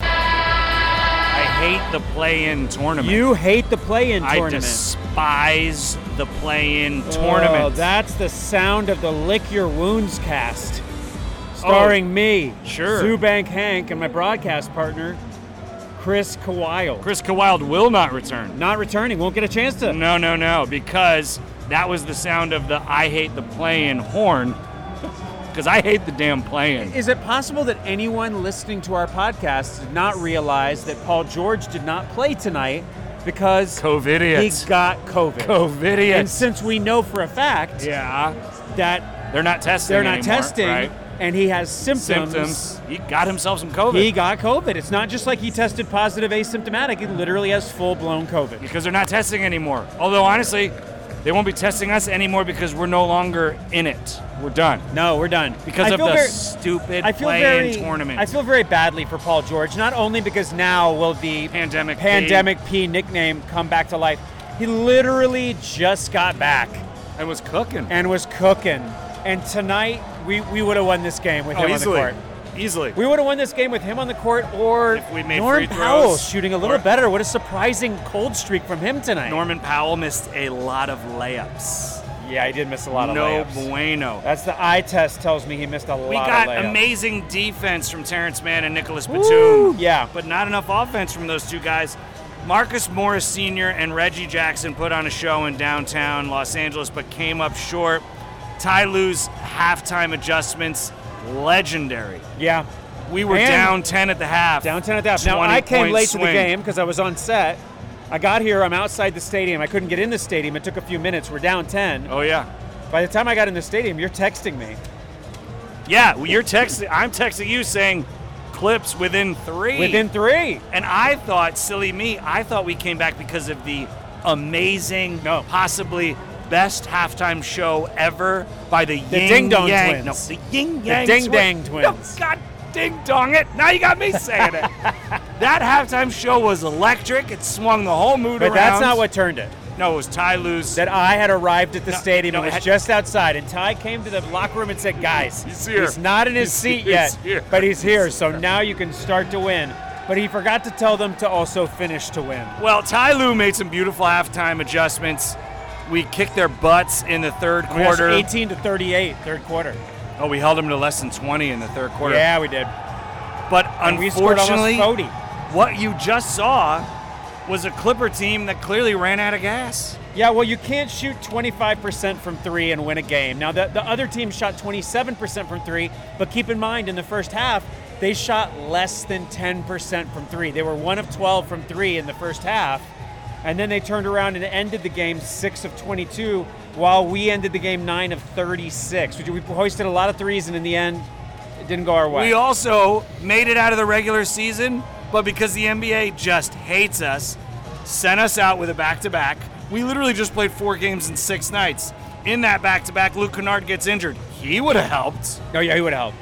I hate the play-in tournament. You hate the play-in I tournament. despise the play-in Oh, tournament. That's the sound of the Lick Your Wounds cast, starring me, Oh. sure. Zubank Hank, and my broadcast partner, Chris Kawile. Chris Kawilde will not return. Not returning. Won't get a chance to. No, no, no, because that was the sound of the I hate the play-in horn. Because I hate the damn play-in. Is it possible that anyone listening to our podcast did not realize that Paul George did not play tonight because Covidiots. he got COVID? Covidiots. And since we know for a fact Oh, yeah, that they're not testing. they're not anymore, testing Right? and he has Symptoms. He got himself some COVID. He got COVID. It's not just like he tested positive asymptomatic. He literally has full blown COVID. because they're not testing anymore. Although honestly, they won't be testing us anymore because we're no longer in it. We're done. No, we're done. Because I of feel the very- stupid I feel play-in very, tournament. I feel very badly for Paul George, not only because now will the Pandemic P. pandemic P, nickname come back to life. He literally just got back and was cooking. and was cooking. And tonight we, we would have won this game with him on the court. Easily. We would have won this game with him on the court or If we made Norm free throws, Powell shooting a little or- better. What a surprising cold streak from him tonight. Norman Powell missed a lot of layups. Yeah, he did miss a lot of no layups. bueno. That's the eye test tells me he missed a lot we of got layups. amazing defense from Terrence Mann and Nicholas Batum. Yeah. But not enough offense from those two guys. Marcus Morris Sr. and Reggie Jackson put on a show in downtown Los Angeles but came up short. Ty Lue's halftime adjustments, legendary. Yeah. We were And- down 10 at the half. Downtown at that. Now, I 20 came point late to the swing. game because I was on set. I got here, I'm outside the stadium. I couldn't get in the stadium. It took a few minutes. We're down 10. Oh, yeah. By the time I got in the stadium, you're texting me. Yeah, well, you're texting. I'm texting you saying clips within three. Within three. And I thought, silly me, I thought we came back because of the amazing, No. possibly best halftime show ever by the, The Ying Ding Dong Yang. Twins. No, the Ying Yang. Ding Twi- Dang No, Twins. God ding dong it. Now you got me saying it. that halftime show was electric. It swung the whole mood But around. that's not what turned it. No, it was Ty Lue's. That I had arrived at the No, stadium no, and it was had- just outside. And Ty came to the locker room and said, Guys, He's here. not in his He's- seat he's yet, here. but he's here. He's So here. now you can start to win. But he forgot to tell them to also finish to win. Well, Ty Lue made some beautiful halftime adjustments. We kicked their butts in the third We lost quarter. 18 to 38, third quarter. Oh, we held them to less than 20 in the third quarter. Yeah, we did. But And we scored almost unfortunately, 40. what you just saw was a Clipper team that clearly ran out of gas. Yeah, well, you can't shoot 25% from three and win a game. Now, the, the other team shot 27% from three, but keep in mind, in the first half, they shot less than 10% from three. They were one of 12 from three in the first half, and then they turned around and ended the game six of 22, while we ended the game nine of 36. We, we hoisted a lot of threes, and in the end, it didn't go our way. We also made it out of the regular season, but because the NBA just hates us, sent us out with a back to back. We literally just played four games in six nights. In that back to back, Luke Kennard gets injured. He would have helped. oh, yeah, he would help.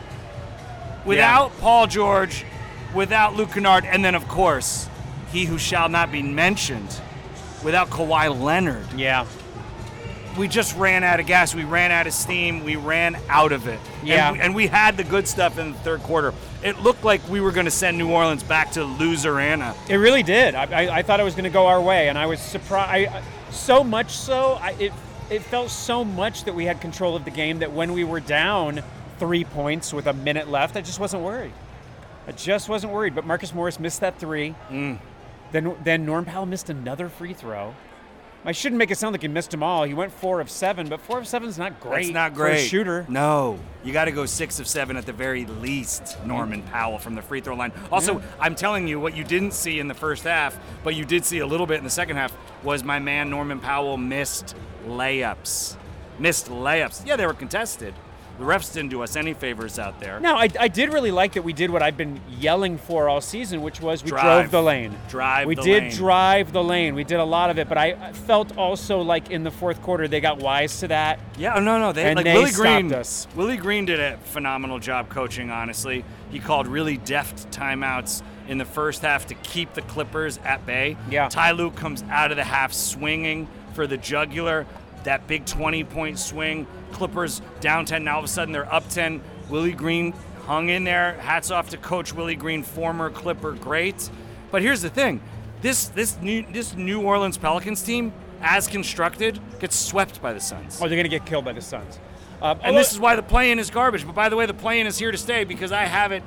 Without Paul George, without Luke Kennard, and then, of course, he who shall not be mentioned, without Kawhi Leonard. Yeah. we just ran out of gas. We ran out of steam. We ran out of it. Yeah. And we, and we had the good stuff in the third quarter. It looked like we were going to send New Orleans back to loserana. It really did. I, I, I thought it was going to go our way, and I was surprised. I, so much so, I, it it felt so much that we had control of the game that when we were down three points with a minute left, I just wasn't worried. I just wasn't worried. But Marcus Morris missed that three. Mm. Then then Norm Powell missed another free throw. I shouldn't make it sound like he missed them all. He went four of seven, but four of seven's not great. That's not for a great. shooter. No. You got to go six of seven at the very least, Norman Powell, from the free throw line. Also, I'm telling you, what you didn't see in the first half, but you did see a little bit in the second half, was my man Norman Powell missed layups. Missed layups. Yeah, they were contested, The refs didn't do us any favors out there. No, I, I did really like that we did what I've been yelling for all season, which was we Drive. drove the lane. Drive We the did lane. drive the lane. We did a lot of it, but I I felt also like in the fourth quarter they got wise to that. Yeah, oh, no, no. They And like they Willie stopped Green. us. Willie Green did a phenomenal job coaching. Honestly, he called really deft timeouts in the first half to keep the Clippers at bay. Yeah. Ty Lue comes out of the half swinging for the jugular. That big 20-point swing. Clippers down 10. Now all of a sudden they're up 10. Willie Green hung in there. Hats off to Coach Willie Green, former Clipper great. But here's the thing: this this new this New Orleans Pelicans team, as constructed, gets swept by the Suns. Oh, they're gonna get killed by the Suns. Uh, And this is why the play-in is garbage. But by the way, the play-in is here to stay because I have it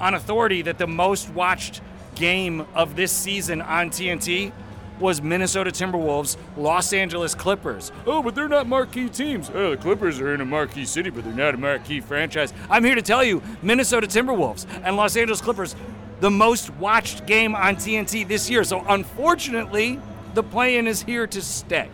on authority that the most watched game of this season on TNT was Minnesota Timberwolves, Los Angeles Clippers. Oh, but they're not marquee teams. Oh, the Clippers are in a marquee city, but they're not a marquee franchise. I'm here to tell you, Minnesota Timberwolves and Los Angeles Clippers, the most watched game on TNT this year. So unfortunately, the play-in is here to stay.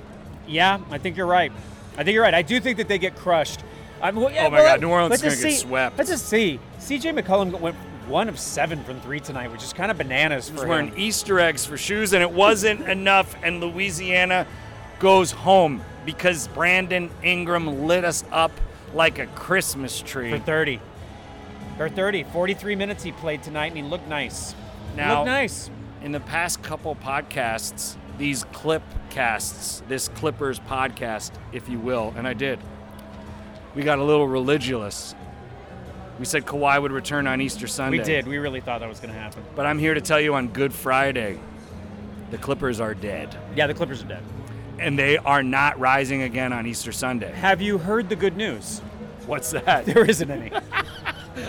Yeah, I think you're right. I think you're right. I do think that they get crushed. I'm, well, yeah, Oh my well, God, let- New Orleans let's is just gonna get see- swept. Let's just see. CJ McCollum went one of seven from three tonight, which is kind of bananas was for wearing him. Easter eggs for shoes, and it wasn't enough. And Louisiana goes home because Brandon Ingram lit us up like a Christmas for tree. 30. For 30, 43 minutes he played tonight, and he looked nice. Now- looked nice. In the past couple podcasts, these clip casts, this Clippers podcast, if you will, and I did, we got a little religious. We said Kawhi would return on Easter Sunday. We did. We really thought that was going to happen. But I'm here to tell you on Good Friday, the Clippers are dead. Yeah, the Clippers are dead. And they are not rising again on Easter Sunday. Have you heard the good news? What's that? There isn't any.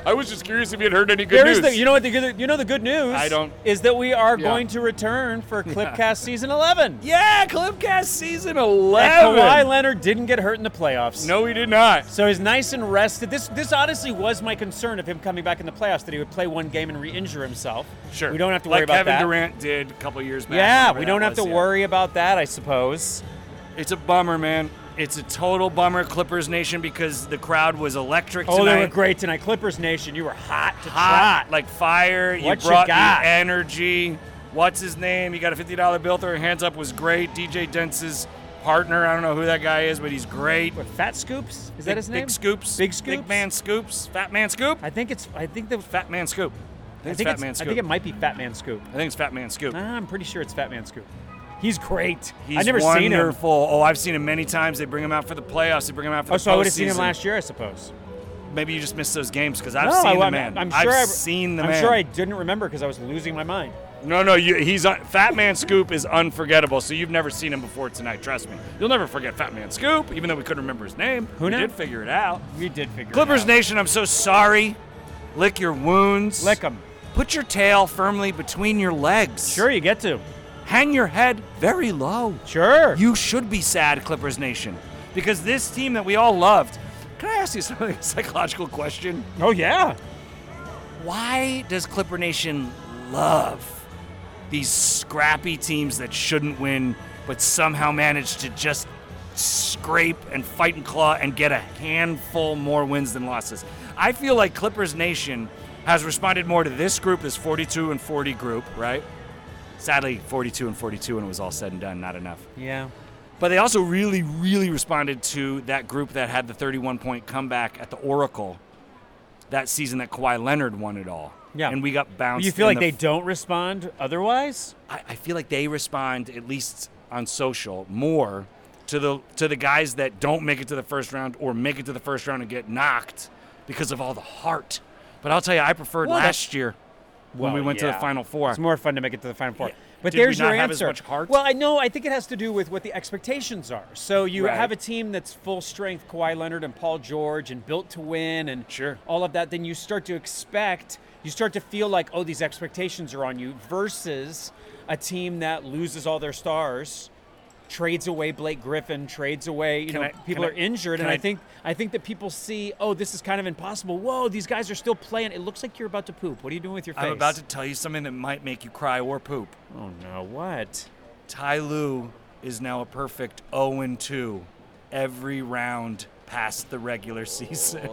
I was just curious if you had heard any good There is the. You know what? The good, you know the good news. I don't- Is that we are Yeah. going to return for Clipcast season 11. yeah, Clipcast season And Kawhi 11. Leonard didn't get hurt in the playoffs. No, he did not. So he's nice and rested. This this honestly was my concern of him coming back in the playoffs that he would play one game and re-injure himself. We don't have to worry like about Kevin that. Durant did a couple years back. Yeah, whenever we that don't have to was, yeah. worry about that, I suppose. It's a bummer, man. It's a total bummer, Clippers Nation, because the crowd was electric Oh, tonight. they were great tonight. Clippers Nation, you were hot to Hot, trot. like fire. What you you brought got? the energy. What's his name? He got a fifty dollar bill. Throw your hands up. Was great. DJ Dence's partner. I don't know who that guy is, but he's great. What, Fat Scoops? Is Big- that his name? Big Scoops. Big Scoops. Big Man Scoops. Fat Man Scoop. I think it's. I think the. Fat Man Scoop. I I think, it's think, Fat it's, Man I Scoop. think it might be Fat Man Scoop. I think it's Fat Man Scoop. Nah, I'm pretty sure it's Fat Man Scoop. He's great. He's I've never wonderful. seen him. Oh, I've seen him many times. They bring him out for the playoffs. They bring him out for Oh, the so I would have seen him postseason. last year, I suppose. Maybe you just missed those games because I've No, I- seen the I'm- man. I'm sure I've I- seen the I'm man. sure I didn't remember because I was losing my mind. No, no, you, he's un- Fat Man Scoop is unforgettable. So you've never seen him before tonight. Trust me, you'll never forget Fat Man Scoop. Even though we couldn't remember his name, Who we now? did figure it out. We did figure Clippers it out. Nation, I'm so sorry. Lick your wounds. Lick 'em. Put your tail firmly between your legs. Sure, you get to. Hang your head very low. Sure. You should be sad, Clippers Nation, because this team that we all loved. Can I ask you something? A psychological question. oh, yeah. Why does Clipper Nation love these scrappy teams that shouldn't win, but somehow manage to just scrape and fight and claw and get a handful more wins than losses? I feel like Clippers Nation has responded more to this group, this 42 and 40 group, right? Sadly, 42 and 42, and it was all said and done, not enough. Yeah. But they also really, really responded to that group that had the 31 point comeback at the Oracle that season that Kawhi Leonard won it all. Yeah. And we got bounced. You feel in like they the- don't respond otherwise? I, I feel like they respond, at least on social, more to the to the guys that don't make it to the first round or make it to the first round and get knocked because of all the heart. But I'll tell you, I preferred Well, that- last year when we Well, went to the yeah. Final Four. It's more fun to make it to the final four. Yeah. But Did we there's not your have as answer. much heart? Well, I know. I think it has to do with what the expectations are. So you Right. have a team that's full strength, Kawhi Leonard and Paul George, and built to win, and Sure. all of that. Then you start to expect, you start to feel like, oh, these expectations are on you. Versus a team that loses all their stars, trades away Blake Griffin, trades away. You Can know, I- people can I- are injured, can and I- I think I think that people see, oh, this is kind of impossible. Whoa, these guys are still playing. It looks like you're about to poop. What are you doing with your face? I'm about to tell you something that might make you cry or poop. Oh no, what? Ty Lue is now a perfect 0 2 oh every round past the regular season.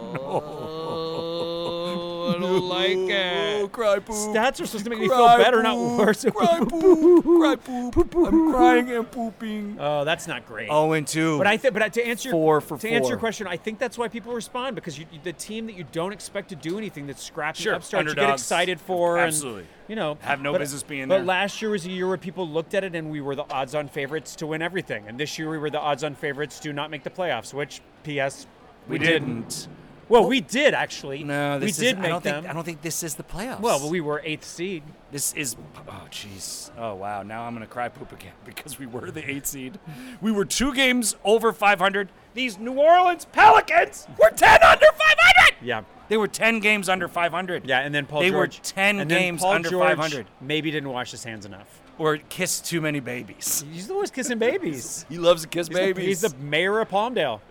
Oh, I don't like it. cry poop. Stats are supposed to make me feel better, not worse. Cry poop. Cry poop. I'm crying and pooping. Oh, that's not great. Oh, and two. But I think, but to answer your, Four for to answer four. your question, I think that's why people respond because you, the team that you don't expect to do anything that's scrappy Sure, upstart you get underdogs. excited for and, Absolutely. you know Have no but- business being but there. last year was a year where people looked at it and we were the odds-on favorites to win everything, and this year we were the odds-on favorites to not make the playoffs. Which, P.S., we, we didn't. Well, we did actually. No, we this did is, make I don't them. Think, I don't think this is the playoffs. well, but we were eighth seed. This is oh jeez. Oh wow. Now I'm gonna cry poop again because we were the eight seed. We were two games over 500. These New Orleans Pelicans were 10 under 500. Yeah. They were 10 games under 500. Yeah, and then Paul they George. were 10 and then games Paul under George 500. Maybe didn't wash his hands enough. Or kissed too many babies. He's always kissing babies. He loves to kiss He's the- He's the mayor of Palmdale.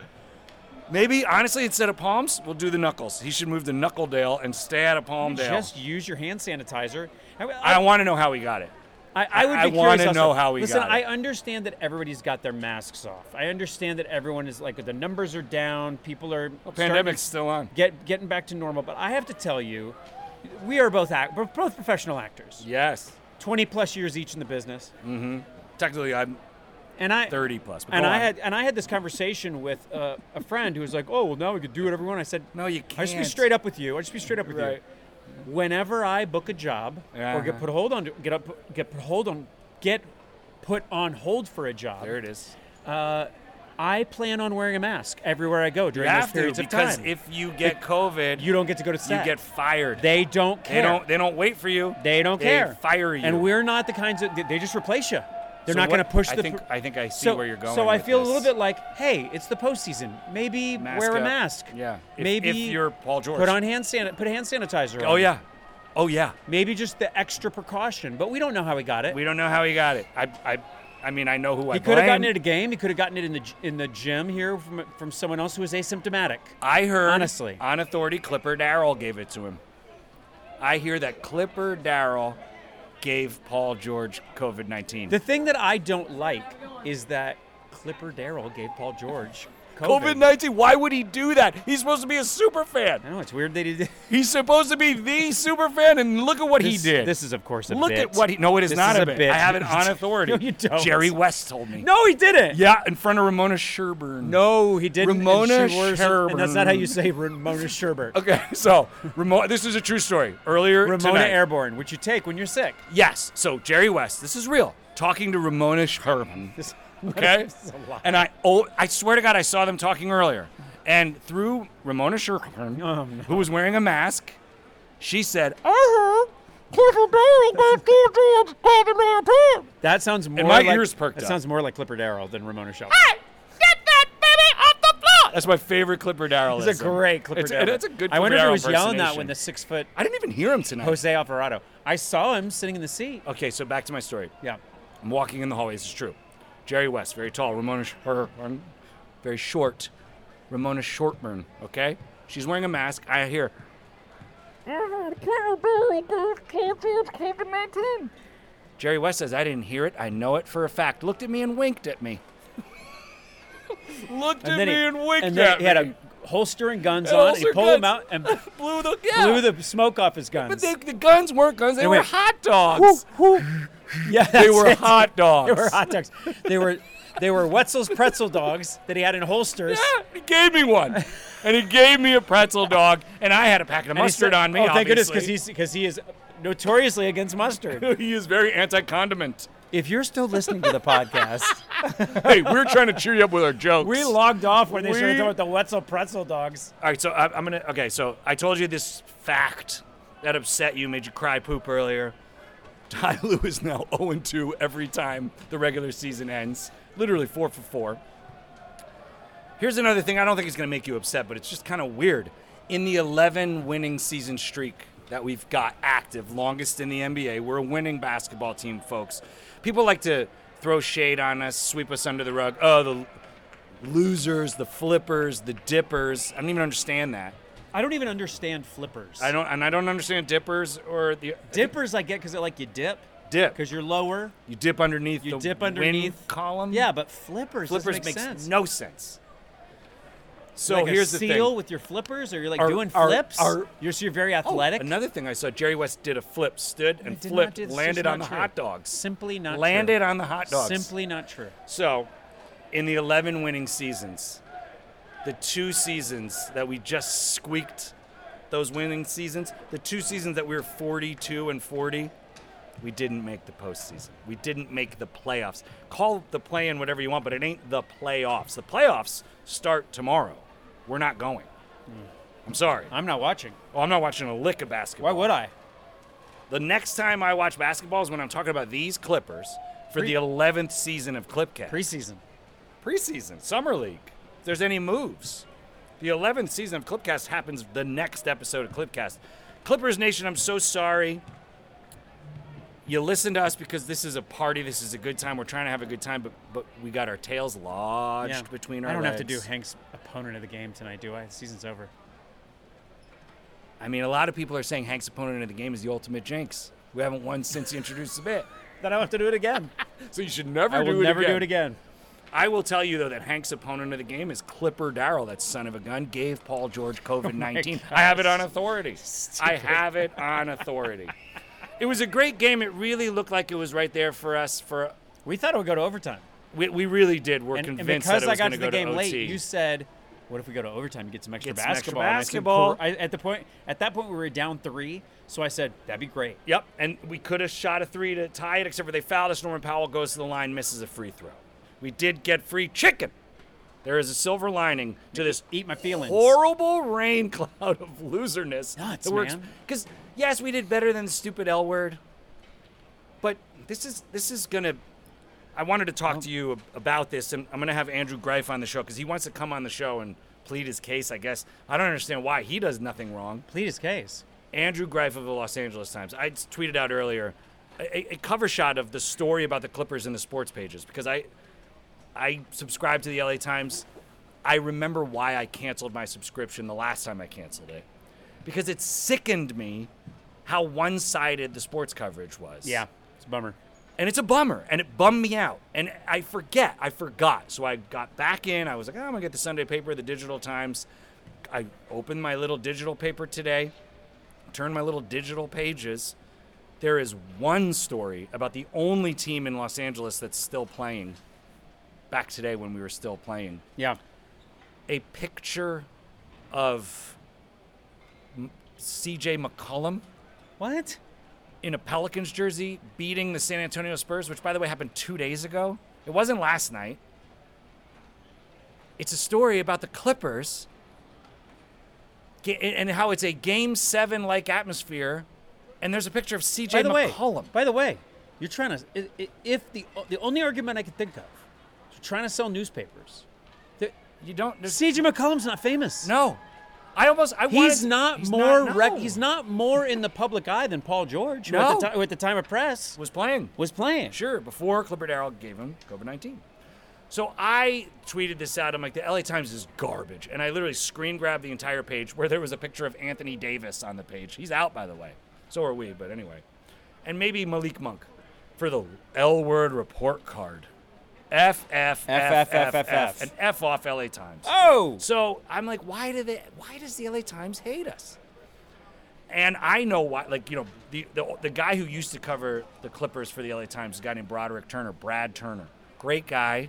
Maybe honestly, instead of palms, we'll do the knuckles. He should move to Knuckledale and stay out of Palmdale. Just use your hand sanitizer. I, I I, want to know how he got it. I, I would be wanna curious. also- know how he Listen, got it. I understand that everybody's got their masks off. I understand that everyone is like the numbers are down. People are Pandemic's starting- still on. get getting back to normal. But I have to tell you, we are both act, we're both professional actors. Yes. 20 plus years each in the business. Technically, I'm And I 30 plus. But and go I on. had and I had this conversation with uh, a friend who was like, "Oh, well, now we could do whatever we want." I said, No, you I just be can't. straight up with you. I just be straight up with Right. you. Whenever I book a job or get Uh-huh. put hold on, to, get up, get put hold on, get put on hold for a job, There it is. I plan on wearing a mask everywhere I go You during those have to periods of because time. if you get COVID, you don't get to go to you set, get fired. they don't They care. don't. They don't wait for you. They don't care. Fire you. And we're not the kinds of. they- They just replace you. They're So not going what- to push I the. think- pr- I think I see so, where you're going So I with feel a little this. bit like, hey, it's the postseason. Maybe Mask wear a up. mask. Yeah. If- Maybe if you're Paul George. Put on hand san- Put hand sanitizer. Oh on. yeah. Oh yeah. Maybe just the extra precaution, but we don't know how he got it. We don't know how he got it. I. I. I mean, I know who I he could have gotten blame. it at a game. He could have gotten it in the g- in the gym here from from someone else who was asymptomatic. I heard Honestly. on authority Clipper Darrell gave it to him. I hear that Clipper Darrell gave Paul George COVID nineteen. The thing that I don't like is that Clipper Darrell gave Paul George COVID. COVID nineteen. Why would he do that? He's supposed to be a super I fan. know it's weird that he did. He's supposed to be the super fan, and look at what This- he did. This is, of course, a Look bit. at what he. No, it is This not is a, a bit. bit. I have it on authority. No, you don't. Jerry West told me. No, he didn't. Yeah, in front of Ramona Sherburne. No, he didn't. and Ramona she wears- And that's not how you Sherburn. say Ramona Sherbert. Okay, so Ramona. This is a true story. Earlier Ramona tonight- Airborne, which you take when you're sick. Yes. So Jerry West. This is real. Talking to Ramona Sherburne. This- Okay. this is a lie. and I oh, I swear to God, I saw them talking earlier, and through Ramona Sherburne, Oh, no. who was wearing a mask, she said, "Uh-huh, That sounds more. my like, ears perked That up. sounds more like Clipper Darrell than Ramona Sherbert. Ah, "That's my favorite Clipper Darrell." That's a great Clipper It's, Darrell. That's a good. I wonder if he Clipper was Darrell yelling that impersonation. when the six foot I didn't even hear him tonight. Jose Alvarado. I saw him sitting in the seat. Okay, so back to my story. Yeah. I'm walking in the hallways. It's true. Jerry West, very tall. Ramona Shortburn, very short. Ramona Shortburn. Okay, she's wearing a mask. I hear. Jerry West says, "I didn't hear it. I know it for a fact." Looked at me and winked at me. Looked at me and winked and then at he had me. a holster and guns And on. and He holster pulled them guns. out and blew the yeah. blew the smoke off his guns. But they, the guns weren't guns. They, They were went, hot dogs. They yeah, that's were it. hot dogs. They were hot dogs. They were they were Wetzel's pretzel dogs that he had in holsters. Yeah, he gave me one, and he gave me a pretzel dog, and I had a packet of And he mustard said- on me. Oh, thank goodness, because obviously. he's because he is notoriously against mustard. he is very anti-condiment. if you're still listening to the podcast, hey, we're trying to cheer you up with our jokes. we logged off when they started We- talking about the Wetzel pretzel dogs. All right, so I, I'm gonna. Okay, so I told you this fact that upset you, made you cry poop earlier. Ty Lue is now 0 2 every time the regular season ends. Literally four for four. Here's another thing I don't think it's going to make you upset, but it's just kind of weird. In the 11 winning season streak that we've got active, longest in the NBA, we're a winning basketball team, folks. People like to throw shade on us, sweep us under the rug. Oh, the losers, the flippers, the dippers. I don't even understand that. I don't even understand flippers. I don't, and I don't understand dippers or the dippers. I get because I like you dip dip. because you're lower. You dip underneath You the dip win underneath. column. Yeah, but flippers. doesn't flippers make makes sense. no sense. So like here's a the seal thing. with your flippers, or you're like Our- doing our- flips. our- you're so you're very athletic. Oh, Another thing I saw, Jerry West did a flip, stood and did not flipped, do this. It's landed just on the not true. hot dogs. Simply not Landed true. on the hot dogs. Simply not true. So, in the 11 winning seasons, the two seasons that we just squeaked those winning seasons, the two seasons that we were 42 and 40, we didn't make the postseason. We didn't make the playoffs. Call the play in whatever you want, but it ain't the playoffs. The playoffs start tomorrow. We're not going. I'm sorry. Hmm. I'm not watching. Well, I'm not watching a lick of basketball. Why would I? The next time I watch basketball is when I'm talking about these Clippers for Pre- the 11th season of Clipcast Preseason. preseason, summer league. If there's any moves, the 11th season of Clipcast happens the next episode of Clipcast. Clippers Nation, I'm so sorry. You listen to us because this is a party. This is a good time. We're trying to have a good time, but but we got our tails lodged Yeah. between our. I don't have to do legs. Hank's opponent of the game tonight, do I? The season's over. I mean, a lot of people are saying Hank's opponent in the game is the ultimate jinx. We haven't won since he introduced the bit, Then I'll have to do it again. so you should never I do will it never again. do it again. I will tell you though that Hank's opponent of the game is Clipper Darrell. That son of a gun gave Paul George Oh COVID nineteen. I have it on authority. I have it on authority. it was a great game. It really looked like it was right there for us. For We thought it would go to overtime. we, we really did. We're And, and convinced because that I it got was to going the go game to late, OT. you said, "What if we go to overtime and get some extra Get some extra basketball?" And I said, basketball. "Cool." I- at the point, at that point, we were down three, so I said, "That'd be great." Yep, and we could have shot a three to tie it, except for they fouled us. Norman Powell goes to the line, misses a free throw. We did get free chicken. There is a silver lining to this Eat my feelings. horrible rain cloud of loserness. Nuts, man. Because yes, we did better than the stupid L word, but this is this is gonna. I wanted to talk to you ab- about this, and I'm gonna have Andrew Greif on the show because he wants to come on the show and plead his case. I guess I don't understand why he does nothing wrong. Plead his case. Andrew Greif of the Los Angeles Times. I s- tweeted out earlier a, a- a cover shot of the story about the Clippers in the sports pages because I I subscribe to the LA Times. I remember why I canceled my subscription the last time I canceled it because it sickened me how one-sided the sports coverage was. Yeah, it's a bummer. And it's a bummer, and it bummed me out. And I forget, I forgot. So I got back in. I was like, oh, I'm gonna get the Sunday paper, the Digital Times. I opened my little digital paper today, turned my little digital pages. There is one story about the only team in Los Angeles that's still playing. Back today when we were still playing, Yeah, a picture of M- C.J. McCollum what? in a Pelicans jersey beating the San Antonio Spurs, which by the way happened two days ago. It wasn't last night. It's a story about the Clippers ga- and how it's a game seven like atmosphere. And there's a picture of CJ By the way, McCollum. by the way, you're trying to. i- i- If the the only argument I could think of, is you're trying to sell newspapers. The- you don't. there's- C.J. McCollum's not famous. No. I almost. I He's wanted- not more rec- no. he's not more in the public eye than Paul George, who at, the No. ti- who at the time of press Was playing. was playing. Sure, before Clipper Darrell gave him COVID 19. So I tweeted this out. I'm like, the LA Times is garbage. And I literally screen grabbed the entire page where there was a picture of Anthony Davis on the page. He's out, by the way. So are we, but anyway. And maybe Malik Monk for the L word report card. F, F, F, F, F, F. And F off LA Times. Oh, So I'm like, why do they? Why does the LA Times hate us? And I know why. Like you know, the the, the guy who used to cover the Clippers for the LA Times, is a guy named Broderick Turner, Brad Turner, great guy.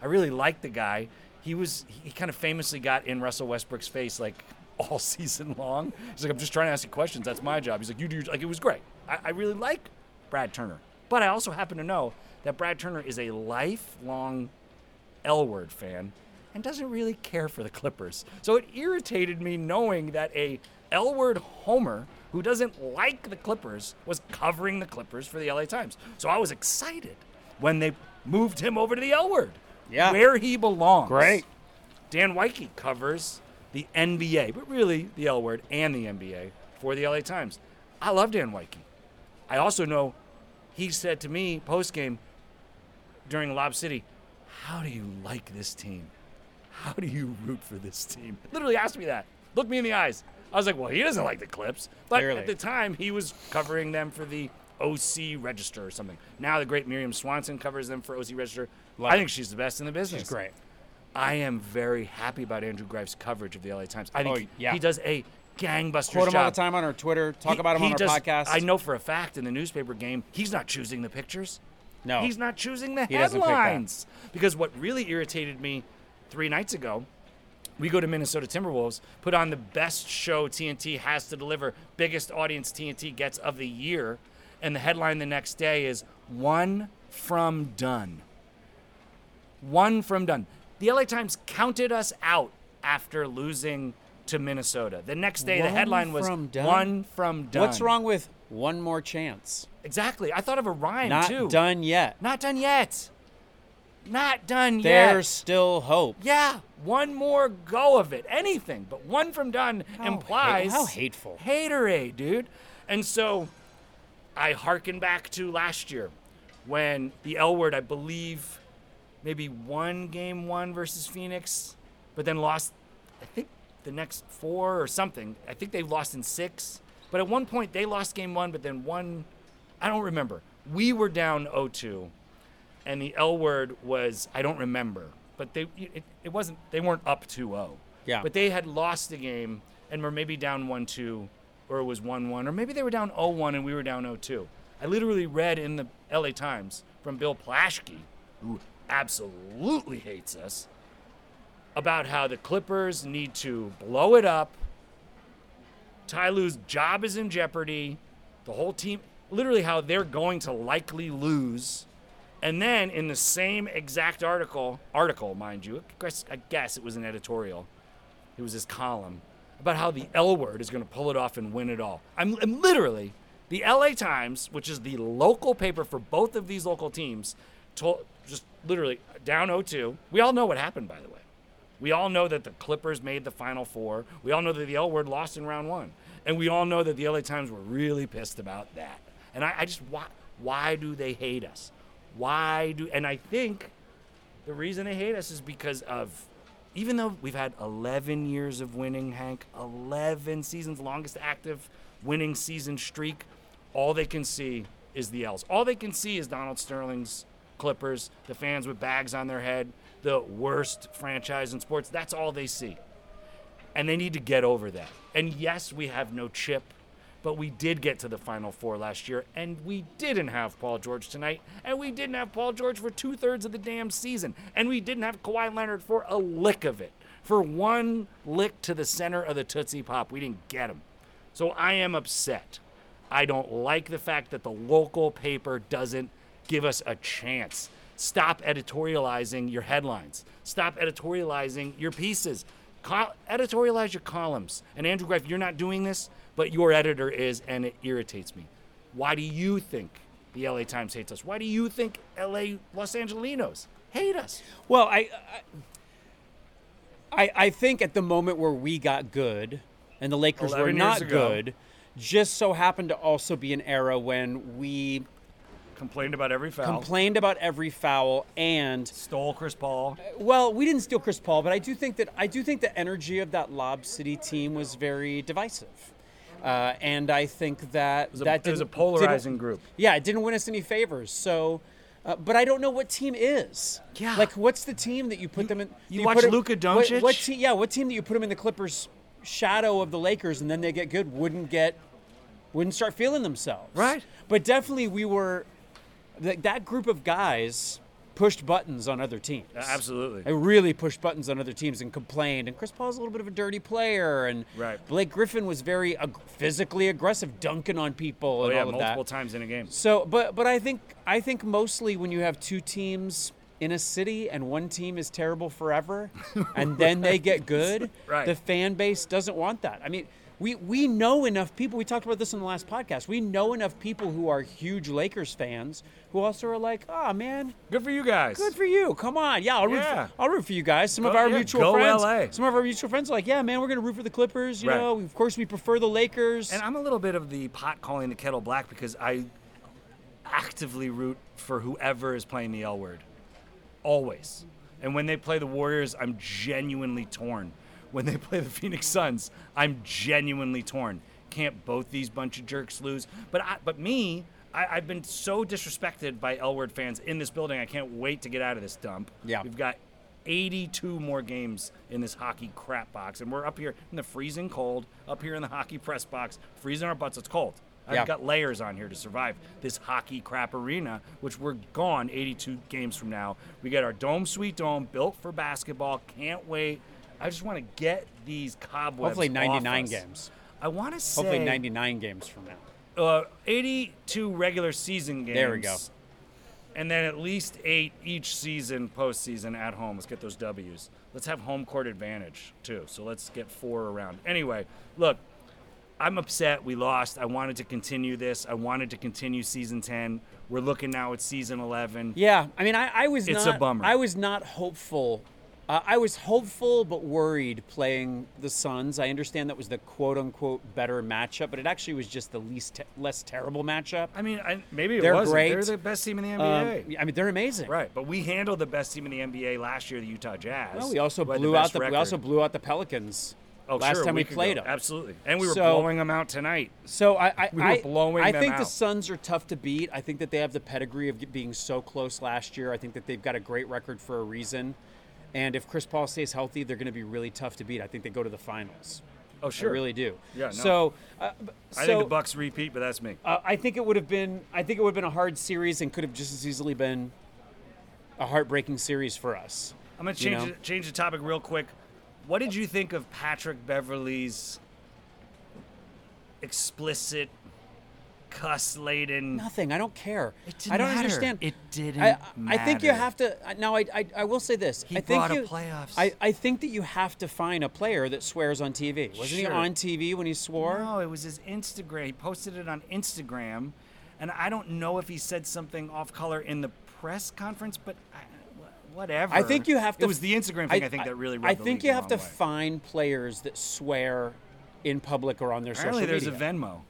I really liked the guy. He was he kind of famously got in Russell Westbrook's face like all season long. He's like, I'm just trying to ask you questions. That's my job. He's like, you do your, like it was great. I, I really like Brad Turner, but I also happen to know that Brad Turner is a lifelong L word fan and doesn't really care for the Clippers. So it irritated me knowing that a L word homer who doesn't like the Clippers was covering the Clippers for the LA Times. So I was excited when they moved him over to the L word. Yeah. Where he belongs. Dan Wyke covers the NBA, but really the L word and the NBA for the LA Times. I love Dan Wyke. I also know he said to me post game during Lob City, How do you like this team? How do you root for this team? Literally asked me that. Look me in the eyes. I was like, Well, he doesn't like the Clips. But Clearly. at the time, he was covering them for the OC Register or something. Now the great Miriam Swanson covers them for OC Register. I think she's the best in the business. great. I am very happy about Andrew Greif's coverage of the LA Times. I think Oh, yeah. he does a gangbusters Quote him all job. the time on our Twitter. Talk He- about him he on our does- podcast. I know for a fact in the newspaper game, he's not choosing the pictures. No. He's not choosing the Oh. doesn't pick that. headlines. Because what really irritated me three nights ago, we go to Minnesota Timberwolves, put on the best show TNT has to deliver, biggest audience TNT gets of the year, and the headline the next day is one from done. One from done. The LA Times counted us out after losing to Minnesota. The next day, the One headline was from done? one from done. What's wrong with one more chance? Exactly. I thought of a rhyme Not too. done yet. Not done yet. Not done yet. There's still hope. Yeah, one more go of it. Anything, but one from done implies how hateful. Haterade, dude. And so I hearken back to last year when the L word, I believe, maybe one game won versus Phoenix, but then lost, I think, the next four or something. I think they lost in six. But at one point, they lost game one, but then one, I don't remember. We were down 0 2, and the L word was, I don't remember, but they, it, it wasn't, they weren't up 2 0. Yeah. But they had lost the game and were maybe down 1 2, or it was 1 1, or maybe they were down 0 1 and we were down 0 2. I literally read in the LA Times from Bill Plaschke, who absolutely hates us, about how the Clippers need to blow it up. Ty Lue's job is in jeopardy. The whole team, literally, how they're going to likely lose. And then in the same exact article, article, mind you, I guess, I guess it was an editorial. It was this column about how the L word is going to pull it off and win it all. I'm, I'm literally the LA Times, which is the local paper for both of these local teams, told just literally down 0-2. We all know what happened, by the way. We all know that the Clippers made the Final Four. We all know that the L word lost in round one, and we all know that the LA Times were really pissed about that. And I, I just why why do they hate us? Why do? And I think the reason they hate us is because of even though we've had 11 years of winning, Hank, 11 seasons, longest active winning season streak, all they can see is the L's. All they can see is Donald Sterling's Clippers, the fans with bags on their head, the worst franchise in sports. That's all they see. And they need to get over that. And yes, we have no chip, but we did get to the Final Four last year, and we didn't have Paul George tonight, and we didn't have Paul George for two thirds of the damn season, and we didn't have Kawhi Leonard for a lick of it. For one lick to the center of the Tootsie Pop, we didn't get him. So I am upset. I don't like the fact that the local paper doesn't give us a chance. Stop editorializing your headlines. Stop editorializing your pieces. Col- editorialize your columns. And Andrew Greif, you're not doing this, but your editor is, and it irritates me. Why do you think the LA Times hates us? Why do you think LA Los Angelinos hate us? Well, I, I, I- I think at the moment where we got good, and the Lakers were 11 years not ago. good, just so happened to also be an era when we Complained about every foul. complained about every foul and Stole Chris Paul. well we didn't steal chris paul but i do think that i do think the energy of that lob city team was very divisive uh, and i think that a- that it was a didn't- polarizing didn't- group. yeah it didn't win us any favors so uh, but I don't know what team is. Yeah. Like, what's the team that you put them in? you that watch put them- Luka what- Doncic? What, team? Yeah, what team that you put them in the Clippers' shadow of the Lakers, and then they get good? Wouldn't get, wouldn't start feeling themselves. Right. But definitely, we were th- that group of guys pushed buttons on other teams. absolutely. They really pushed buttons on other teams and complained. And Chris Paul's a little bit of a dirty player, and Right. Blake Griffin was very ag- physically aggressive, dunking on people Oh, and yeah, all of multiple that. times in a game. So, but but I think I think mostly when you have two teams in a city and one team is terrible forever, and then they get good, Right. the fan base doesn't want that. I mean. We, we know enough people. We talked about this in the last podcast. We know enough people who are huge Lakers fans who also are like, oh man, Good for you guys. good for you. Come on, yeah, I'll root. Yeah. For, I'll root for you guys. Some of Go- our yeah, mutual go friends, LA. some of our mutual friends, are like, yeah, man, we're gonna root for the Clippers. You Right. know, of course we prefer the Lakers. And I'm a little bit of the pot calling the kettle black because I actively root for whoever is playing the L word. Always. And when they play the Warriors, I'm genuinely torn. When they play the Phoenix Suns, I'm genuinely torn. Can't both these bunch of jerks lose? But I, but me, I, I've been so disrespected by L word fans in this building. I can't wait to get out of this dump. Yeah. We've got 82 more games in this hockey crap box, and we're up here in the freezing cold, up here in the hockey press box, freezing our butts. It's cold. I've Yeah. got layers on here to survive this hockey crap arena, which we're gone 82 games from now. We got our dome sweet dome built for basketball. Can't wait. I just want to get these cobwebs. Hopefully off 99 us. games. I want to say Hopefully 99 games from now. uh, 82 regular season games. There we go. And then at least eight each season, postseason at home. Let's get those W's. Let's have home court advantage too. So let's get four around. Anyway, look, I'm upset. We lost. I wanted to continue this. I wanted to continue season 10. We're looking now at season 11. Yeah, I mean, I, I was It's a not, bummer. I was not hopeful. Uh, I was hopeful but worried playing the Suns. I understand that was the quote unqute better matchup, but it actually was just the least te- less terrible matchup. I mean, I, maybe it They're wasn't. great. They're the best team in the NBA. Um, I mean, they're amazing. Right, but we handled the best team in the NBA last year, the Utah Jazz. Well, Oh, we also who had blew best out the we record. also blew out the Pelicans Oh, last sure, a time we week ago. played them. Absolutely. And we were So- blowing them out tonight. So I, I, We were I, blowing I them think the out. Suns are tough to beat. I think that they have the pedigree of being so close last year. I think that they've got a great record for a reason. And if Chris Paul stays healthy, they're going to be really tough to beat. I think they go to the finals. Oh, sure. I really do. Yeah, no. So, uh, b- I so, think the Bucks repeat, but that's me. uh, I think it would have been. I think it would have been a hard series and could have just as easily been a heartbreaking series for us. I'm gonna change know? the, change the topic real quick. What did you think of Patrick Beverly's explicit, cuss laden? Nothing. I don't care. It didn't I don't matter. understand. It didn't I, I I think you matter. have to. uh, Now, I, I, I will say this. He I think brought a you, playoffs. I, I think that you have to find a player that swears on TV. Wasn't he Sure. on TV when he swore? No, Oh, it was his Instagram. He posted it on Instagram, and I don't know if he said something off color in the press conference, but I, wh- whatever. I think you have to. It was the Instagram thing. I, think that really. Rubbed I the think league you the have to wrong way. find players that swear in public or on their Apparently, social there's media. a Venmo.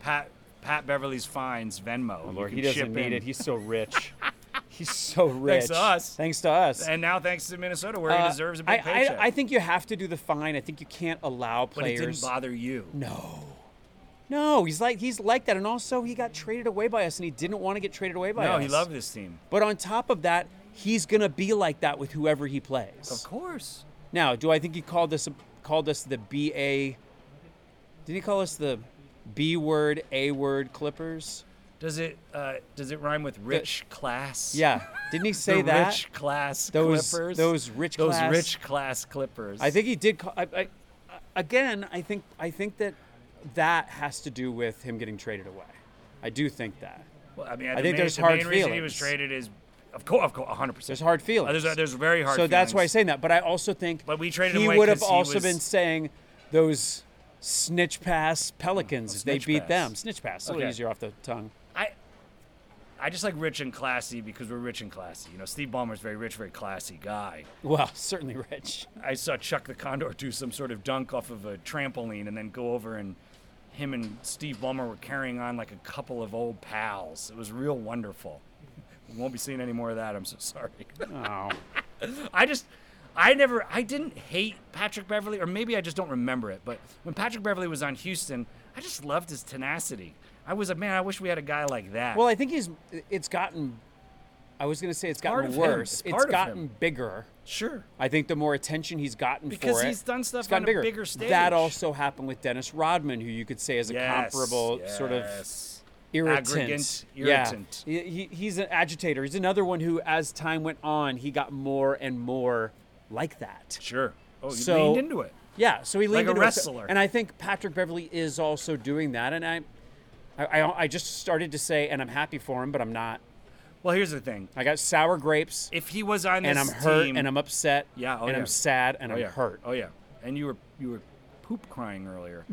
Pat Pat Beverly's finds Venmo. You Oh, Lord, can he doesn't chip need in. it. He's so rich. He's so rich. to us. Thanks to us. and now, thanks to Minnesota, where Uh, he deserves a big I, paycheck. I, I think you have to do the fine. I think you can't allow but players. it didn't bother you. No. No, he's like he's like that, and also he got traded away by us, and he didn't want to get traded away by No, us. he loved this team. But on top of that, he's gonna be like that with whoever he plays. Of course. Now, do I think he called us called us the B A? Did he call us the B word, A word Clippers? Does it uh, does it rhyme with rich class? Yeah, didn't he The say that? rich class Those- Clippers. those rich those class- rich class Clippers. I think he did. Call, I, I, I- again, I think I think that that has to do with him getting traded away. I do think that Well, I mean, think main, there's the hard main reason he was feelings. traded is, of course, of course, 100. percent there's hard feelings. Uh, There's, there's very hard. so that's why I'm feelings. saying that. But I also think But we traded he away would have 'cause he also was- been saying those snitch pass Pelicans. if Oh, snitch they beat pass. them. Snitch pass. A little Okay. easier off the tongue. I I just like rich and classy because we're rich and classy. You know, Steve Ballmer's very rich, very classy guy. Well, certainly rich. I saw Chuck the Condor do some sort of dunk off of a trampoline and then go over and him and Steve Ballmer were carrying on like a couple of old pals. It was real wonderful. We won't be seeing any more of that. I'm so sorry. Oh, I just I never I didn't hate Patrick Beverly or maybe I just don't remember it, but when Patrick Beverly was on Houston, I just loved his tenacity. I was like, man, I wish we had a guy like that. well, I think he's. It's gotten. I was going to say it's Part gotten of him. worse. It's part of gotten him. bigger. sure. I think the more attention he's gotten Because for it, he's done stuff it's gotten on a bigger. bigger stage. That also happened with Dennis Rodman, who you could say is a comparable sort of yes. irritant. Aggregant, irritant. Yeah. He, he- he's an agitator. He's another one who, as time went on, he got more and more like that. Sure. Oh, you So- leaned into it. Yeah, so he leaned Like a into it. So- wrestler. and I think Patrick Beverly is also doing that. And I, I, I, I just started to say, and I'm happy for him, but I'm not. Well, here's the thing. I got sour grapes, If he was on this and I'm hurt, team, and I'm upset, Yeah, oh and yeah. I'm sad, and oh, I'm yeah. hurt. Oh yeah. And you were you were poop crying earlier.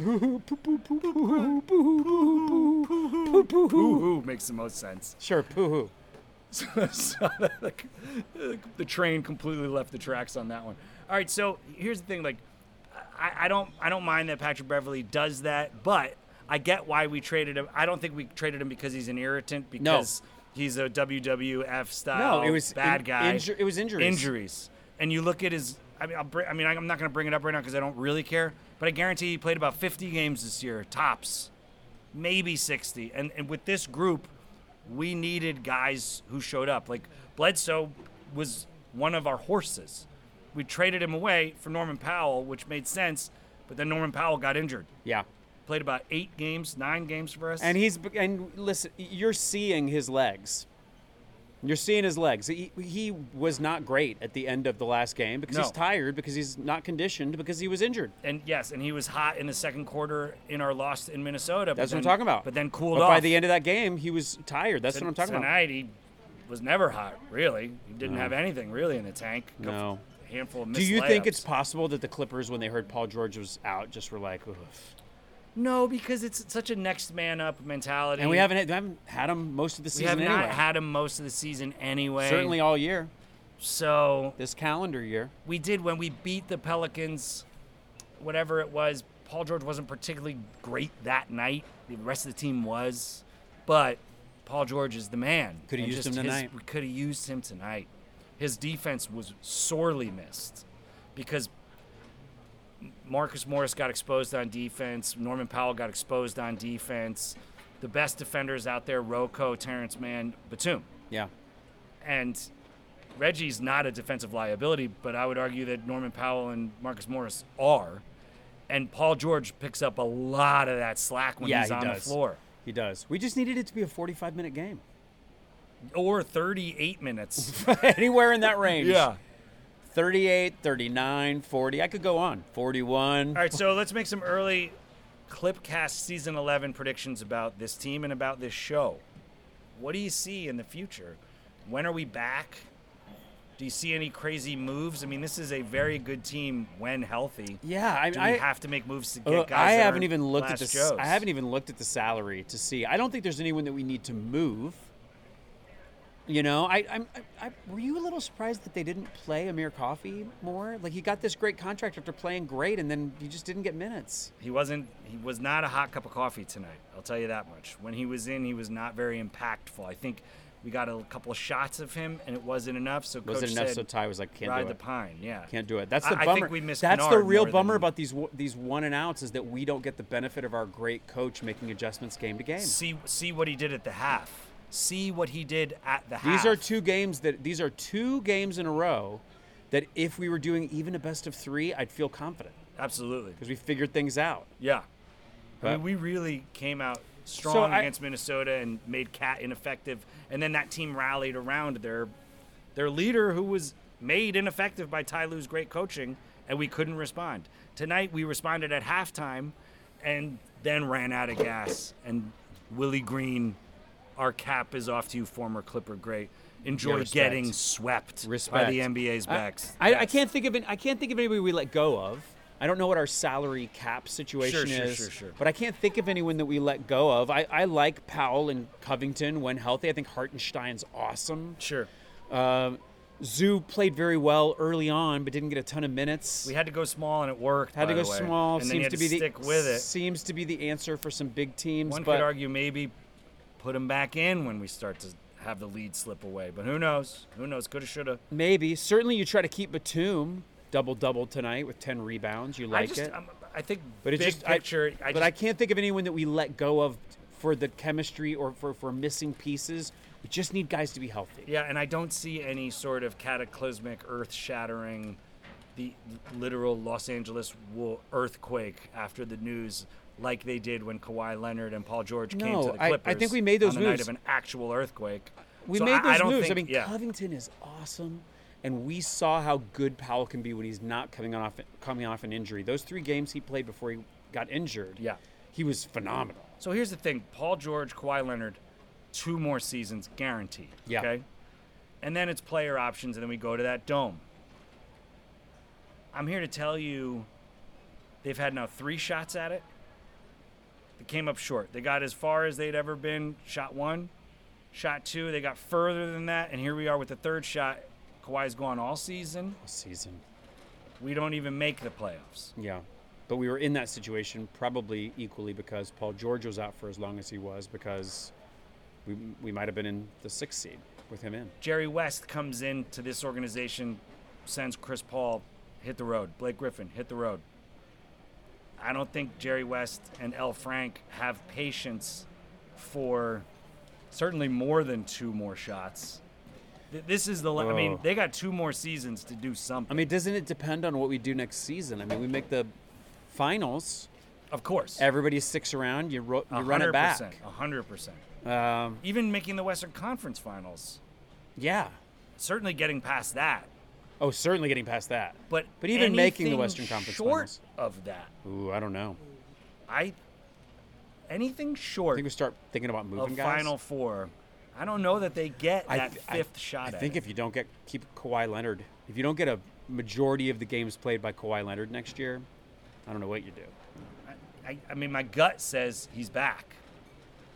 Poo hoo makes the most sense. Sure, poo-hoo. So, so like, the train completely left the tracks on that one. All right, so here's the thing. Like, I, I don't I don't mind that Patrick Beverly does that, but I get why we traded him. I don't think we traded him because he's an irritant. Because he's a WWF style. No, it was Oh, bad in- guy. inju- it was injuries. Injuries. And you look at his. I mean, I'll bring, I mean, I'm not going to bring it up right now because I don't really care. But I guarantee he played about 50 games this year, tops, maybe 60. And and with this group, we needed guys who showed up. Like Bledsoe was one of our horses. we traded him away for Norman Powell, which made sense. But then Norman Powell got injured. Yeah. Played about eight games, nine games for us. And he's and listen, you're seeing his legs. You're seeing his legs. He, he was not great at the end of the last game because No. he's tired, because he's not conditioned, because he was injured. and yes, and he was hot in the second quarter in our loss in Minnesota. but That's what I'm then- talking about. But then cooled But off By the end of that game, he was tired. That's what I'm talking about. Tonight he was never hot, really. He didn't have anything really in the tank. A couple- No. a handful of Do you missed think layups. it's possible that the Clippers, when they heard Paul George was out, just were like, Oof. no? Because it's such a next man up mentality, and we haven't had, we haven't had him most of the we season have not anyway. had him most of the season anyway. Certainly all year, So this calendar year. we did when we beat the Pelicans, whatever it was. Paul George wasn't particularly great that night. The rest of the team was, but Paul George is the man. Coulda And used just him his- tonight. we could have used him tonight. His defense was sorely missed because Marcus Morris got exposed on defense. Norman Powell got exposed on defense. The best defenders out there: Rocco, Terrence Mann, Batum Yeah. and Reggie's not a defensive liability, but I would argue that Norman Powell and Marcus Morris are. And Paul George picks up a lot of that slack when yeah, he's he on does. the floor. He does. We just needed it to be a 45 minute game. Or 38 minutes. Anywhere in that range. 38, 39, 40. I could go on. 41. All right, so let's make some early Clipcast Season 11 predictions about this team and about this show. What do you see in the future? When are we back? Do you see any crazy moves? I mean, this is a very good team when healthy. Yeah, I, Do we I have to make moves to get Look, guys? I that haven't are even looked at last the s- Joes? I haven't even looked at the salary to see. I don't think there's anyone that we need to move. You know, I, I'm. I, I, were you a little surprised that they didn't play Amir Coffee more? Like he got this great contract after playing great, and then he just didn't get minutes. He wasn't. He was not a hot cup of coffee tonight. I'll tell you that much. When he was in, he was not very impactful. I think we got a couple of shots of him, and it wasn't enough. So Wasn't coach enough, said, so Ty was like, "Can't ride do the it." pine." Yeah, Can't do it. That's I- the I bummer. think we missed. That's the Kennard real more bummer than- about these w- these one and outs is that we don't get the benefit of our great coach making adjustments game to game. see see what he did at the half. See what he did at the half. These are two games that these are two games in a row that if we were doing even a best of three, I'd feel confident absolutely. because we figured things out. Yeah, I But- mean, we really came out strong So I- against Minnesota and made Cat ineffective, and then that team rallied around their their leader, who was made ineffective by Ty Lue's great coaching, and we couldn't respond. Tonight we responded at halftime, and then ran out of gas. And Willie Green, our cap is off to you, former Clipper great. Enjoy respect. getting swept by the NBA's I- backs. I, I, can't think of an, I can't think of anybody we let go of. I don't know what our salary cap situation Sure, sure, is, sure, sure. but I can't think of anyone that we let go of. I, I like Powell and Covington when healthy. I think Hartenstein's awesome. Sure. Um, Zoo played very well early on, but didn't get a ton of minutes. We had to go small and it worked. had to by go the way. small. And then you seems had to to, be stick the with it. seems to be the answer for some big teams. One but could argue maybe put him back in when we start to have the lead slip away, but who knows? Who knows? Coulda, shoulda. maybe certainly you try to keep Batum double double tonight with ten rebounds. You like I just, it, I'm, I think, but it's big just picture. I, I, but I just- can't think of anyone that we let go of for the chemistry or for for missing pieces. We just need guys to be healthy. yeah, and I don't see any sort of cataclysmic, earth-shattering, the literal Los Angeles wo- earthquake after the news. Like they did when Kawhi Leonard and Paul George came No, to the I- I Clippers. think we made those on the moves. night of an actual earthquake. We So made I- I those don't moves. I think- mean, yeah. Covington is awesome, and we saw how good Powell can be when he's not coming off coming off an injury. Those three games he played before he got injured, Yeah. he was phenomenal. So here's the thing: Paul George, Kawhi Leonard, two more seasons guaranteed. Yeah. Okay. And then it's player options, and then we go to that dome. I'm here to tell you, they've had now three shots at it. They came up short. They got as far as they'd ever been. Shot one, shot two. They got further than that, and here we are with the third shot. Kawhi's gone all season. This season, We don't even make the playoffs. yeah. But we were in that situation probably equally because Paul George was out for as long as he was because we we might have been in the sixth seed with him in. Jerry West comes into this organization, sends Chris Paul, hit the road. Blake Griffin, hit the road. I don't think Jerry West and L. Frank have patience for certainly more than two more shots Th- This is the. la- I mean, Whoa. they got two more seasons to do I something. mean, doesn't it depend on what we do next season? I mean, we make the finals. Of course, Everybody sticks around. You, ro- you run it back. hundred percent. Um, Even making the Western Conference Finals, yeah. certainly getting past that. Oh, certainly getting past that. But but even making the anything Western Conference short finals. of that, Ooh, I don't know. I anything I short think we start thinking about moving of guys. Final Four, I don't know that they get I that th- I- fifth shot. I at think it. if you don't get keep Kawhi Leonard, if you don't get a majority of the games played by Kawhi Leonard next year, I don't know what you do. I, I mean, my gut says he's back.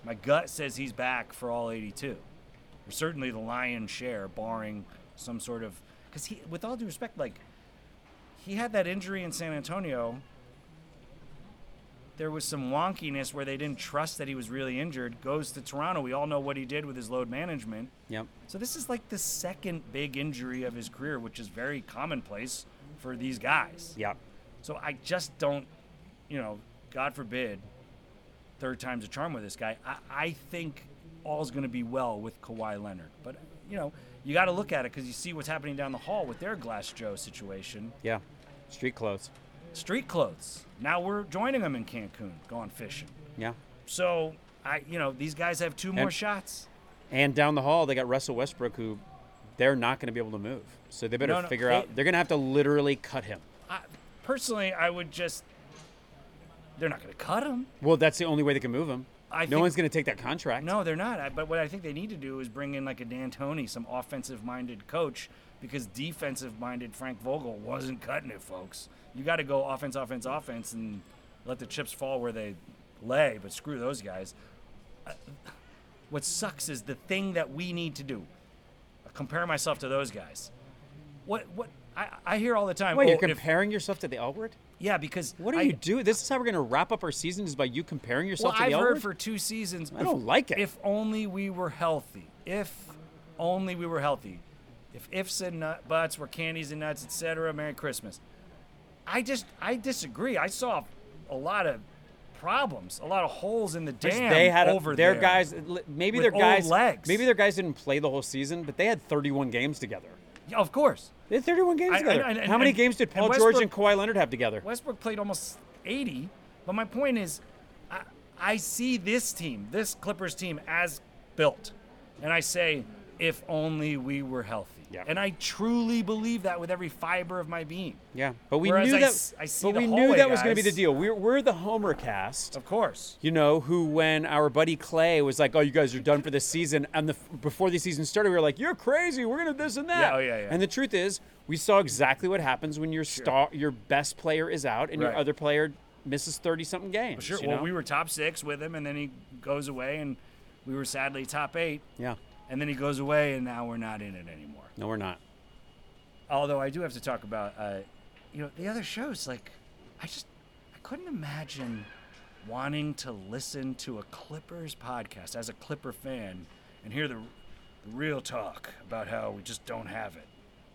My gut says he's back for all 82. Or certainly the lion's share, barring some sort of. Because he, with all due respect, like he had that injury in San Antonio. There was some wonkiness where they didn't trust that he was really injured. Goes to Toronto. We all know what he did with his load management. Yep. So this is like the second big injury of his career, which is very commonplace for these guys. Yep. So I just don't, you know, God forbid, third time's a charm with this guy. I, I think all's going to be well with Kawhi Leonard. But, you know, you got to look at it because you see what's happening down the hall with their Glass Joe situation. Yeah. Street clothes. Street clothes. Now we're joining them in Cancun, going fishing. Yeah. So, I, you know, these guys have two more And- shots. And down the hall, they got Russell Westbrook, who they're not going to be able to move. So they better No, no, figure they- out. They're going to have to literally cut him. I, personally, I would just, they're not going to cut him. Well, that's the only way they can move him. I no think- one's going to take that contract. No, they're not. I, but what I think they need to do is bring in like a D'Antoni, some offensive-minded coach, because defensive-minded Frank Vogel wasn't cutting it, folks. You got to go offense, offense, offense, and let the chips fall where they lay. But screw those guys. Uh, What sucks is the thing that we need to do. I compare myself to those guys. What what I, I hear all the time. Wait, "Oh, you're if- comparing yourself to the L word? yeah, because What are I- you doing? This is how we're going to wrap up our season is by you comparing Well, yourself to I've the L heard word? for two seasons. I don't like it. If only we were healthy. If only we were healthy. If ifs and nut, buts were candies and nuts, etc. Merry Christmas. I just I disagree. I saw a lot of problems, a lot of holes in the dam they had a- over their there. guys. li- Maybe with their old guys. legs. Maybe their guys didn't play the whole season, but they had 31 games together. Yeah, of course. They had 31 games I- together. and- and- How many and- games did and Paul George and Westbrook- Kawhi Leonard have together? Westbrook played almost 80, but my point is, I, I see this team, this Clippers team, as built, and I say, if only we were healthy. Yeah. And I truly believe that with every fiber of my being. Yeah, but we Whereas knew I that. s- I see but the we knew hallway that was going to be guys. the deal. We're, we're the Homer cast, Of course. you know, who when our buddy Clay was like, "Oh, you guys are done for this season," and the before the season started, we were like, "You're crazy. We're going to this and that." Yeah, oh, yeah, yeah. And the truth is, we saw exactly what happens when your star, your best player is out, and Right. your other player misses thirty something games. Sure. you well, know? we were top six with him, and then he goes away, and we were sadly top eight, Yeah. and then he goes away, and now we're not in it anymore. No, we're not. although I do have to talk about, uh, you know, the other shows. Like, I just I couldn't imagine wanting to listen to a Clippers podcast as a Clipper fan and hear the, the real talk about how we just don't have it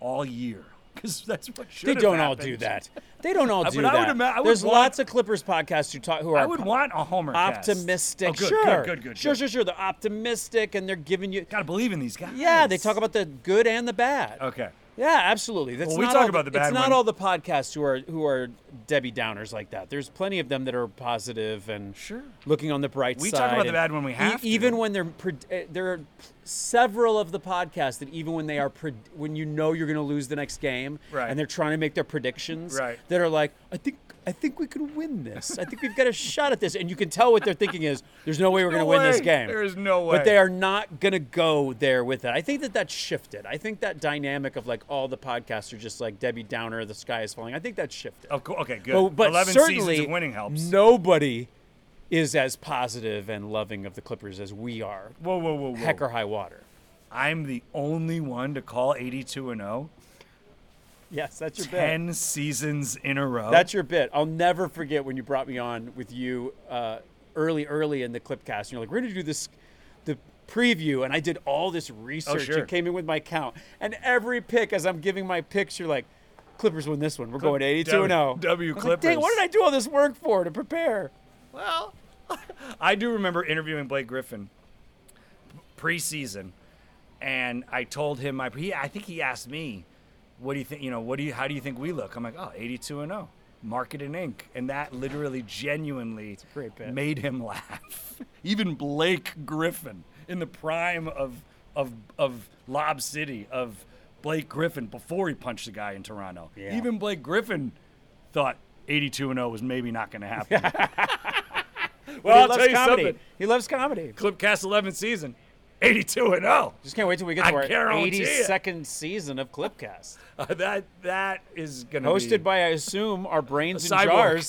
all year because that's what should. They have don't all happened. do that. They don't all Uh, do but I would that. ima- I would There's want- lots of Clippers podcasts who talk who are I would want a Homer cast. optimistic. Oh, good, sure, good, good, good, sure, good. sure, sure. They're optimistic and they're giving you. Gotta believe in these guys. Yeah, they talk about the good and the bad. Okay. Yeah, absolutely. That's Well, we not talk all about the bad It's not one. all the podcasts who are who are Debbie Downers like that. There's plenty of them that are positive and Sure. looking on the bright We side. talk about the and e bad when we have to. Even when they're pre- eh, there are several of the podcasts that even when they are pre- when you know you're going to lose the next game Right. and they're trying to make their predictions Right. that are like I think I think we could win this. I think we've got a shot at this and you can tell what they're thinking is there's no way we're No going to win this way. game. There is no way. But they are not going to go there with it. I think that that shifted. I think that dynamic of like all the podcasts are just like Debbie Downer, the sky is falling. I think that shifted. Of course. Oh, Okay. Good. But, but Eleven certainly, seasons of winning helps. nobody is as positive and loving of the Clippers as we are. Whoa, whoa, whoa, whoa. Heck or high water. I'm the only one to call 82 and 0 Yes, that's your bit. 10 seasons in a row. That's your bit. I'll never forget when you brought me on with you uh, early, early in the Clipcast. And you're like, we're going to do this, the preview. And I did all this research Oh, sure. and came in with my count. And every pick, as I'm giving my picks, you're like, Clippers win this one. We're going 82 and 0. W I was like, Dang, what Clippers." did I do all this work for to prepare? Well, I do remember interviewing Blake Griffin preseason, and I told him my. He, I think he asked me, "What do you think? You know, what do you? How do you think we look?" I'm like, "Oh, 82 and 0, market and ink," and that literally, genuinely, great bit. made him laugh. Even Blake Griffin in the prime of of of Lob City of Blake Griffin before he punched the guy in Toronto. Yeah. Even Blake Griffin thought 82 and 0 was maybe not going to happen. well, he I'll loves tell you comedy. something. He loves comedy. Clipcast 11 season, 82 and oh. 0. Just can't wait till we get I to our guarantee it. 82nd season of Clipcast, Uh, that that is gonna be... hosted by I assume our brains in Cyborg.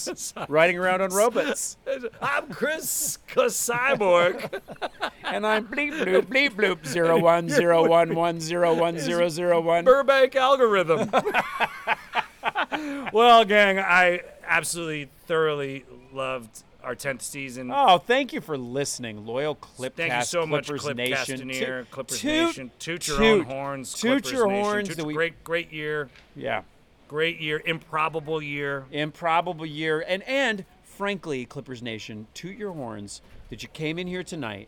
jars, riding around on robots, I'm Chris Cyborg. and I'm bleep bloop bleep bloop zero one zero one one zero one zero zero one. Burbank algorithm. well, gang, I absolutely thoroughly loved our tenth season. Oh, thank you for listening, loyal Clipcast. Thank you so much, Clippers Clip Nation. Castaneer, Toot- Clippers toot- Nation. Toot your own toot. horns, Toot Clippers your Nation. horns Toot- that we- Great, great year, Yeah. great year, improbable year. improbable year and and frankly clippers nation toot your horns that you came in here tonight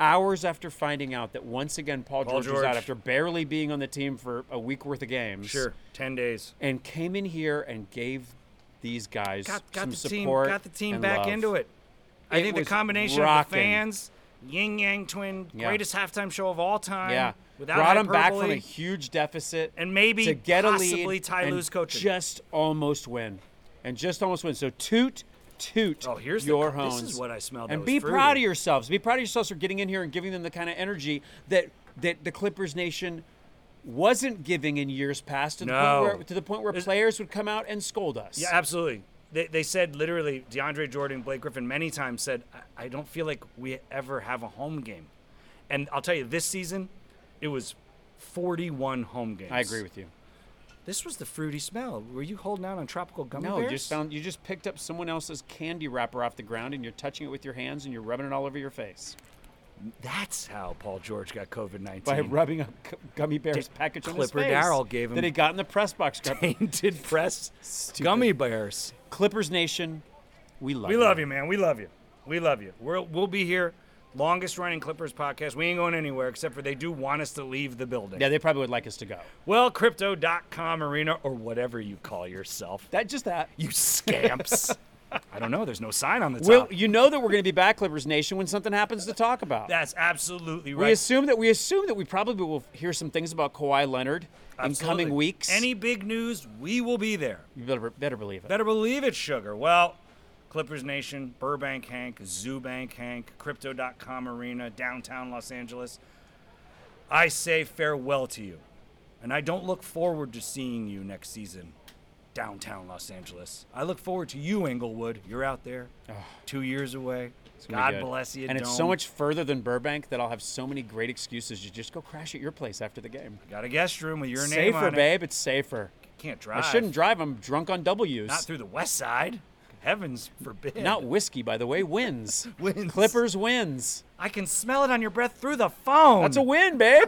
hours after finding out that once again paul, Mm. Paul george, was out George. after barely being on the team for a week worth of games Sure, ten days. and came in here and gave these guys Got, some got the team, support got the team and back love. into it. I It think the was combination of the rocking. fans, Yin Yang Twin, Yeah. greatest halftime show of all time. yeah without brought them back from hyperbole. a huge deficit And maybe to get a possibly lead Ty and Lue's coaching. just almost win and just almost win so toot toot Oh, here's the- your this horns is what I smelled that and was be fruity. proud of yourselves be proud of yourselves for getting in here and giving them the kind of energy that that the clippers nation wasn't giving in years past to the No. point where, to the point where There's- players would come out and scold us Yeah, absolutely. They, they said literally DeAndre Jordan, Blake Griffin many times said, I, I don't feel like we ever have a home game. And I'll tell you, this season, it was 41 home games. i agree with you This was the fruity smell. Were you holding out on tropical gummy no bears? you just found you just picked up someone else's candy wrapper off the ground and you're touching it with your hands and you're rubbing it all over your face That's how Paul George got COVID 19. by rubbing a gu- gummy bear's package on his Clipper face Darryl gave him- that he got in the press box. Clip- Painted press gummy bears. Clippers Nation, we love We you. love you, man. We love you. We love you. We're, we'll be here. Longest running Clippers podcast. We ain't going anywhere except for they do want us to leave the building. Yeah, they probably would like us to go. Well, crypto.com arena or whatever you call yourself. That just that. You scamps. I don't know. There's no sign on the top. Well, you know that we're going to be back, Clippers Nation, when something happens to talk about. That's absolutely we right. assume that we assume that we probably will hear some things about Kawhi Leonard Absolutely. in coming weeks. Any big news, we will be there. you better, better believe it. Better believe it, sugar. Well, Clippers Nation, Burbank Hank, Zoobank Hank, Crypto.com Arena, downtown Los Angeles. I say farewell to you. And I don't look forward to seeing you next season, downtown Los Angeles. I look forward to you, Englewood. You're out there, two years away. It's gonna be God good. bless you. And it's so Dome. much further than Burbank that I'll have so many great excuses to just go crash at your place after the game. Got a guest room with your name safer, on it. babe. It's safer. Can't drive. I shouldn't drive. I'm drunk on W's. Not through the west side. Heavens forbid. Not whiskey, by the way. Wins. Wins. Hmm. Clippers wins. I can smell it on your breath through the phone. That's a win, babe.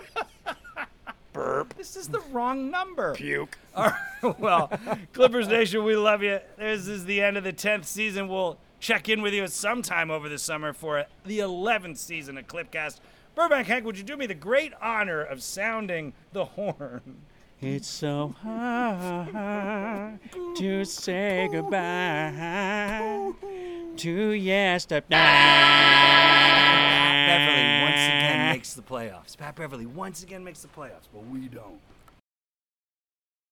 This is the wrong number. Puke. All right, well, Clippers Nation, we love you. This is the end of the 10th season. We'll check in with you sometime over the summer for the 11th season of Clipcast. Burbank Hank, would you do me the great honor of sounding the horn? it's so hard to say goodbye to yesterday. Beverly once again makes the playoffs. Pat Beverly once again makes the playoffs, but we don't.